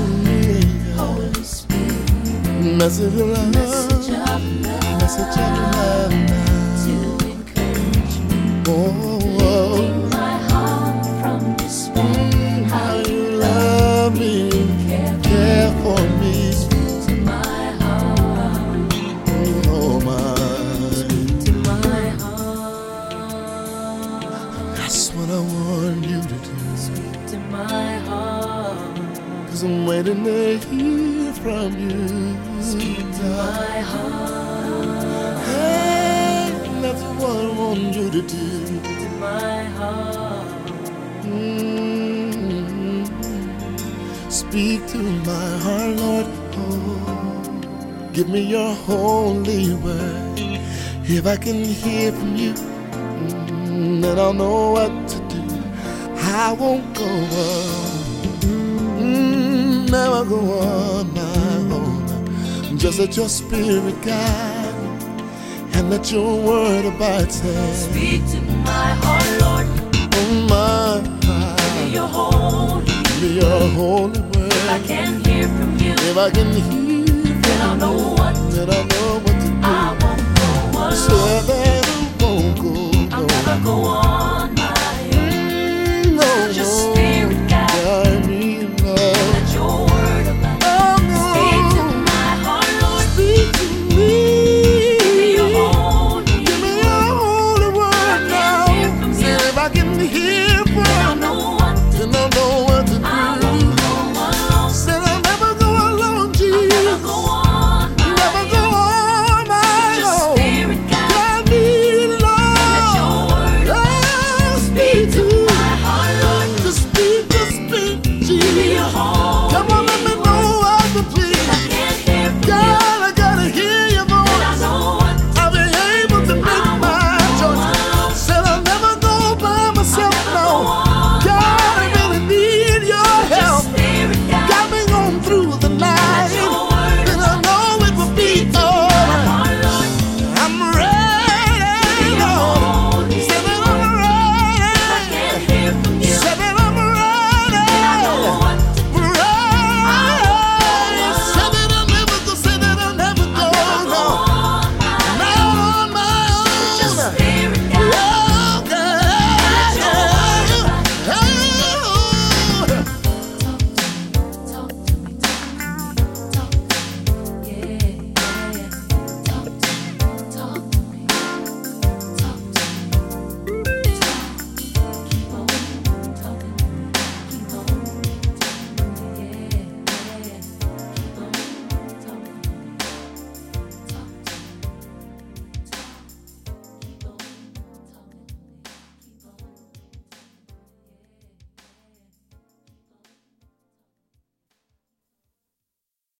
Mm, Oh, oh, Mm-hmm. Oh, mm, Mm, let your spirit guide and let your word abide. Say, Speak to my heart, Lord. Oh my, my. Give me your holy, give me your holy If word. I can hear from you, if I can hear, then I'll know what, then I know what to do. I won't go alone. So Oh, Oh,